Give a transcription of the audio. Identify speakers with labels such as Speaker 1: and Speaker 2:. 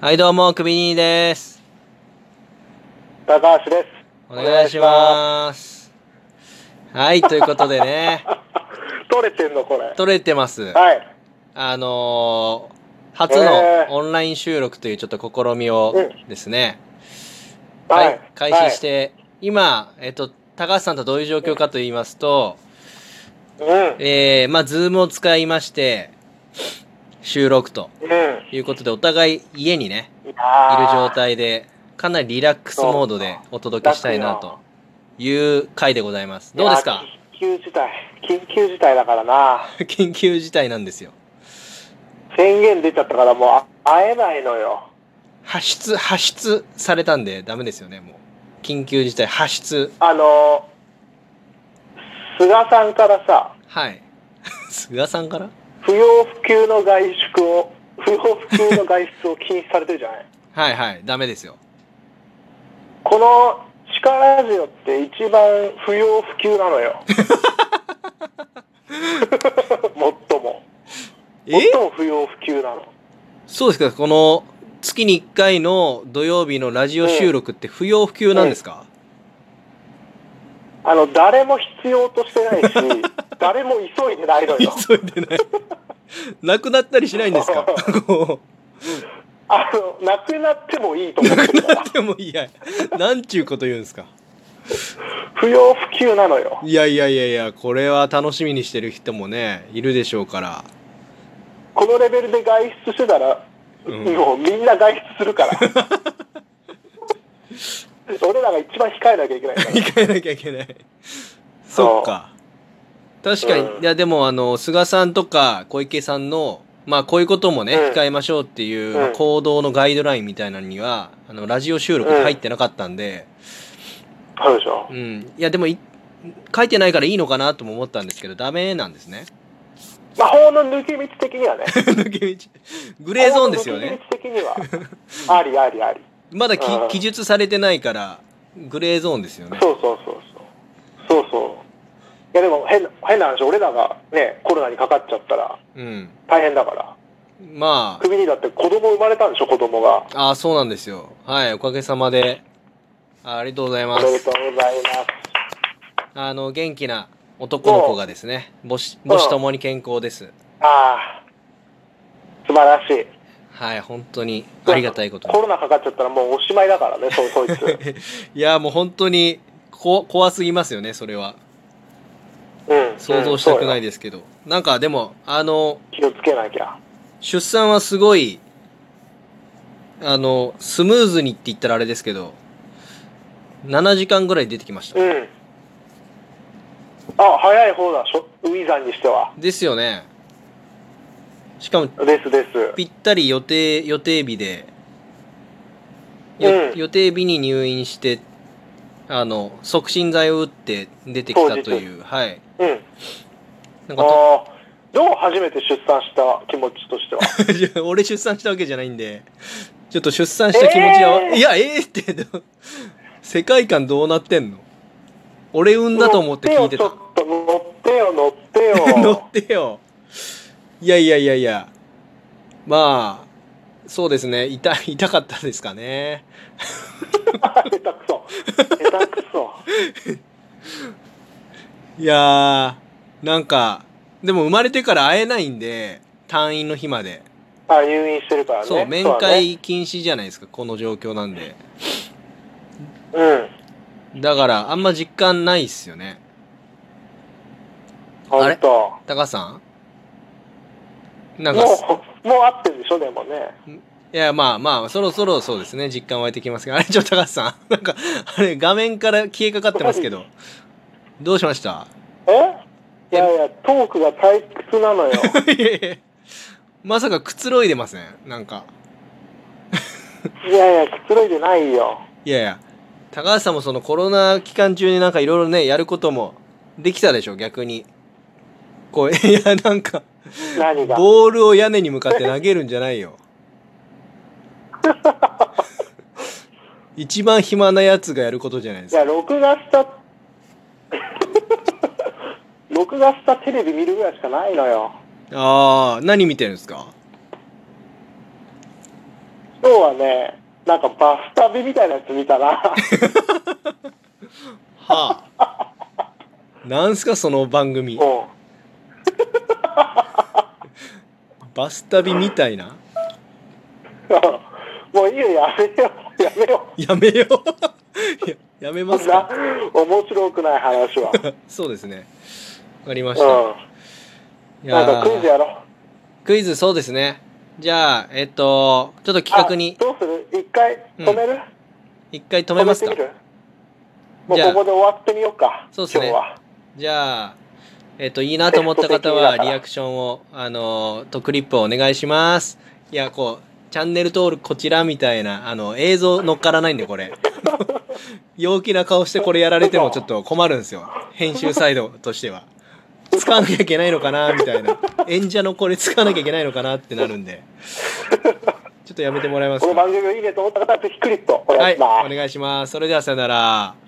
Speaker 1: はい、どうも、クビニーです。
Speaker 2: 高橋です。
Speaker 1: お願いします。はい、ということで ね、
Speaker 2: 取れてんのこれ。はい。
Speaker 1: 撮れてます。あのー初
Speaker 2: えー
Speaker 1: のオンライン収録というちょっと試みをですね、
Speaker 2: はい。
Speaker 1: 開開始し
Speaker 2: はい。
Speaker 1: て、今、えっと、高橋さんとどういう状況かと言いますと、えー、まあ、ズームを使いまして、収録と
Speaker 2: うん。うん。
Speaker 1: いうことで、お互い家にね、
Speaker 2: い
Speaker 1: い
Speaker 2: る
Speaker 1: る状。態で、かなりリラックスモードでお届けしたいなという回でございます。どうですか
Speaker 2: いやー緊急事態。緊急事態だからな。
Speaker 1: 緊急事態なんですよ。
Speaker 2: 宣言出ちゃったからもうあ会えないのよ。
Speaker 1: 発出、発出されたんでダメですよね、もう。緊急事態、発出。
Speaker 2: あのー、菅さんからさ、
Speaker 1: はい。 菅さんから
Speaker 2: 不要不急の外出を、不要不急の外出を禁止されてるじ ゃない
Speaker 1: はいはい、ダメですよ。
Speaker 2: この地下ラジオって一番不要不急な のよ。最も。最も不要不急なの。
Speaker 1: そうですか、この月に1回の土曜日のラジオ収録って不要不急なんですか、
Speaker 2: あの、誰も必要として ないし、誰も急いでないのよ。
Speaker 1: 急いでない。なくなったりしないん ですかこ
Speaker 2: あの、なくなってもいい と思って
Speaker 1: う、
Speaker 2: るか
Speaker 1: な
Speaker 2: ら
Speaker 1: んでもいや、なんちゅうこと言うんですか
Speaker 2: 不要不急なのよ。
Speaker 1: いやいやいやいや、これは楽しみにしてる人もね、いるでしょう から。
Speaker 2: このレベルで外出してたら、
Speaker 1: うん
Speaker 2: もうみんな外出す るから。俺らが一番控えなきゃいけな いから。
Speaker 1: 控えなきゃいけない。そっか。確かに、
Speaker 2: うん
Speaker 1: いやでもあの、菅さんとか小池さんの、まあこういうこともね、
Speaker 2: うん
Speaker 1: 控えましょうっていう、
Speaker 2: うん
Speaker 1: 行動のガイドラインみたいなのには、あの、ラジオ収録に入ってなかったんで、
Speaker 2: そうでしょ
Speaker 1: うん。。いやでもい、書いてないからいいのかなとも思ったんですけど、ダメなんですね。
Speaker 2: 魔法の抜け道的にはね。
Speaker 1: 抜け道。グレーゾーンですよね。
Speaker 2: 抜け道的には。ありありあり。
Speaker 1: まだき
Speaker 2: うん
Speaker 1: 記述されてないから、グレーゾーンですよね。
Speaker 2: そうそうそうそう。そうそう。いやでも変な、変な話、俺らがね、コロナにかかっちゃったら
Speaker 1: うん。
Speaker 2: 大変だから。
Speaker 1: まあ、
Speaker 2: 首にだって子供生まれたんでしょ、子供が。
Speaker 1: ああ、そうなんですよ。はい、おかげさまで。あありがとうござい
Speaker 2: お
Speaker 1: ま。
Speaker 2: めですとうございます。
Speaker 1: あの、元気な男の子がですね、母子、母子ともに健康です。
Speaker 2: ああ、素晴らしい。
Speaker 1: はい、本当にありがたいことに
Speaker 2: コロナかかっちゃったらもうおしまいだから ね、そうそいつ。う
Speaker 1: いや、もう本当に、こ、怖すぎますよね、それは。
Speaker 2: ん。
Speaker 1: 想像したくない
Speaker 2: で。
Speaker 1: ですけど。なんか、でも、あの、
Speaker 2: そうよ気をつけなきゃ。
Speaker 1: 出産はすごい、あの、スムーズにって言ったらあれですけど、7時間ぐらい出てきました。
Speaker 2: うん。あ、早い方だ、しょウィザンにしては。
Speaker 1: ですよね。しかも、
Speaker 2: ですです。
Speaker 1: ぴったり予定予定日で、よ
Speaker 2: うん
Speaker 1: 予定日に入院してあの促進剤を打って出てきたというはい
Speaker 2: うん。
Speaker 1: なんかと
Speaker 2: ああ、どう初めて出産した気持ちとしては。
Speaker 1: いや俺出産したわけじゃないんでちょっと出産した気持ちは、
Speaker 2: えー
Speaker 1: いやええってでも世界観どうなってんの俺産 んだと思って聞いてた。
Speaker 2: 乗ってよ、ちょっと乗ってよ、乗って
Speaker 1: 乗
Speaker 2: よ
Speaker 1: ってよいやいやいやいやまあそうですね痛い痛かったですかね
Speaker 2: 下手くそ。下手くそ。
Speaker 1: いやー、なんか、でも生まれてから会えないんで、退院の日まで。
Speaker 2: あ、入院してるからね。
Speaker 1: そう、面
Speaker 2: だね
Speaker 1: 会禁止じゃないですか、この状況なんで。
Speaker 2: うん。
Speaker 1: だから、あんま実感ないっすよね。あ
Speaker 2: ほ
Speaker 1: れ
Speaker 2: んと。
Speaker 1: 高橋さんなんか、
Speaker 2: もう、もう合ってるでしょ、でもね。
Speaker 1: いや、まあまあ、そろそろそうですね、実感湧いてきますけど。 あれ、ちょ、高橋さん。なんか、あれ、画面から消えかかってますけど。どうしました
Speaker 2: えいやいや、トークが退屈な のよ。
Speaker 1: いやいやまさかくつろいでませんなんか。
Speaker 2: いやいや、くつろいでないよ。
Speaker 1: いやいや、高橋さんもそのコロナ期間中になんかいろいろね、やることもできたでしょ、逆に。こう、いや、なんか、
Speaker 2: 何が。
Speaker 1: ボールを屋根に向かって投げるんじゃない よ。一番暇なやつがやることじゃないで
Speaker 2: い
Speaker 1: すか。
Speaker 2: や、録画した、 録画したテレビ見るぐらいしかないのよ。
Speaker 1: ああ、何見てるんですか
Speaker 2: え今日はね、なんかバス旅みたいなやつ見 たな。
Speaker 1: はあ。なんすか、その番組。
Speaker 2: うん。
Speaker 1: バス旅みたいな。
Speaker 2: もういい よ、やめよう、やめよ
Speaker 1: やめよう。や やめ
Speaker 2: う。
Speaker 1: ま
Speaker 2: そ
Speaker 1: す
Speaker 2: んな
Speaker 1: か。、
Speaker 2: 面白くない話は。
Speaker 1: そうですね。わかりました。
Speaker 2: う
Speaker 1: い
Speaker 2: ん。なんか
Speaker 1: やー
Speaker 2: クイズやろう。
Speaker 1: クイズ、そうですね。じゃあ、えっと、ちょっと企画
Speaker 2: あ
Speaker 1: に
Speaker 2: どうする一回止める、
Speaker 1: 一回止めますか
Speaker 2: 止。てみるもう
Speaker 1: じゃあ
Speaker 2: ここで終わってみようか。
Speaker 1: そうっすね
Speaker 2: 今日は。
Speaker 1: じゃあ、えっと、いいなと思った方 は、リアクションを、あの、とクリップをお願いします。いや、こう、チャンネル登録こちらみたいな、あの、映像乗っからないんで、こ れ。陽気な顔してこれやられてもちょっと困るんですよ。編集サイドとしては。使わなきゃいけないのかなみたいな。演者のこれ使わなきゃいけないのかなってなるんで。ちょっとやめてもらえます
Speaker 2: この
Speaker 1: か
Speaker 2: 番組をいいねと思った方は、ぜひクリップお
Speaker 1: は
Speaker 2: 願
Speaker 1: い、
Speaker 2: いします。
Speaker 1: お願いします。それではさよなら。